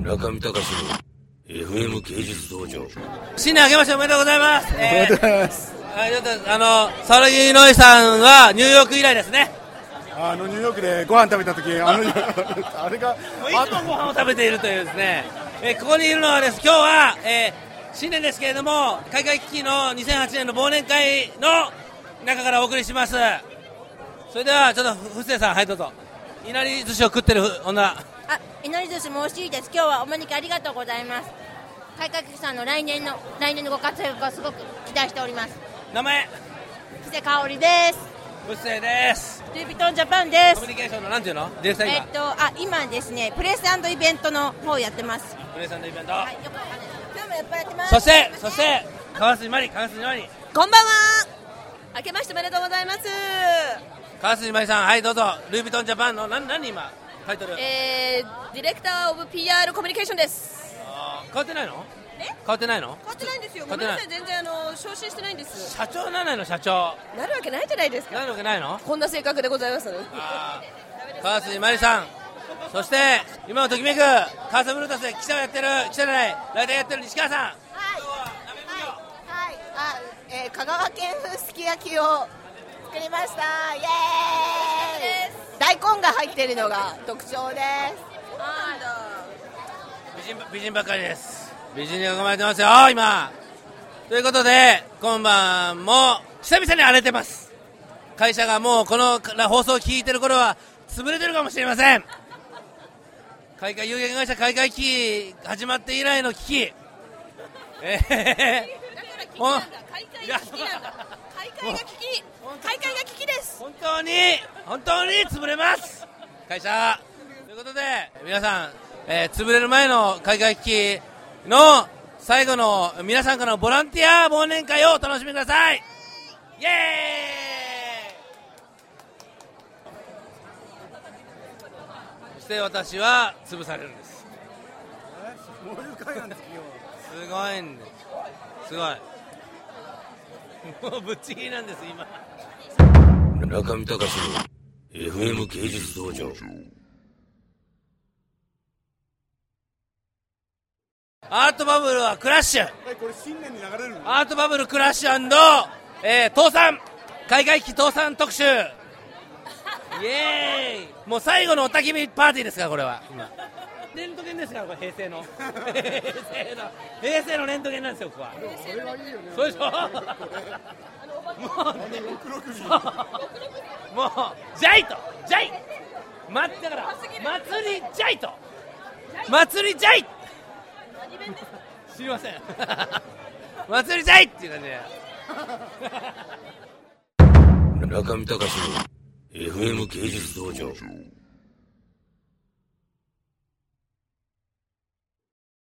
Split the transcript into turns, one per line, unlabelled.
中見隆の FM 芸術道場
新年あげましておめでとうございます。
ありが
え
とう
ー
ございます。
あちょっとあの、沢木ノイさんはニューヨーク以来ですね。
あのニューヨークでご飯食べた時、あのあれが
もういつも
あ
ご飯を食べているというですね。えーここにいるのはです、今日は、えー新年ですけれども、海外危機の2008年の忘年会の中からお送りします。それでは、ちょっと、ふ布施さん、はい、どうぞ。いなり寿司を食ってる女。
あ、いなり寿司も美味しいです。今日はお招きありがとうございます。改革さんの来年の来年のご活躍をすごく期待しております。
名前、
布施香織です。
布施です。
ルイ・ヴィトンジャパンで
コミ
す
ュ。ニケーションの、なんていうのディレクター
えっ
今、
と、あ、今ですね、プレスイベントの方をやってます。
プレイさんのイベント。
はい、よくわかんないです今日もやっぱやってます。
そして、そして、川杉麻里、川杉麻里。
こんばんは。明けましておめでとうございます。
川杉麻里さん、はい、どうぞ。ルイ・ヴィトン・ジャパンの、なん、何今、タイトル。
えディレクターオブ PR コミュニケーションです。
あー変わってないの
え
変わってないの
変わってないんですよ。
変わ
ご
っ
め
て
ん
ない
なさい、全然あの昇進してないんです。
社長なのよ社長
なるわけないじゃないですか。
なるわけないの
こんな性格でございます。
あー川杉麻里さんそして今をときめく川崎ブルータスで記者をやってる記者じゃないライターやってる西川さん
はい
今日は鍋奉行
はい、あ、えー、香川県風すき焼きを作りました。イエーイ。大根が入ってるのが特徴で
美人ば美人ばっかりです美人に囲まれてますよ今ということで今晩も久々に荒れてます会社がもうこの放送を聞いてる頃は潰れてるかもしれません海外有限会社海外危機始まって以来の危機えへへへほんいや
開会が危機開会が危機です
本当に本当に潰れます会社ということで皆さん、えー潰れる前の海外危機の最後の皆さんからのボランティア忘年会をお楽しみくださいイエーイそして私は潰されるんです
もういう回なんですよ。
すごいんですすごいもうぶっちぎりなんです今
中見隆の FM 芸術道場
アートバブルはクラッシュ
えこれ新年に流れるの？
アートバブルクラッシュ、えー、倒産海外危機倒産特集イエーイもう最後のおたきみパーティーですからこれは今レントゲンですからこれ平成の平成の平成のレントゲンなんですよここは
これはいいよね。
そうでしょもう
あの六六人。
もうジャイとジャイ待ってから祭りジャイと祭りジャイ知りません祭りジャイっていう感じで
中見隆の FM 芸術道場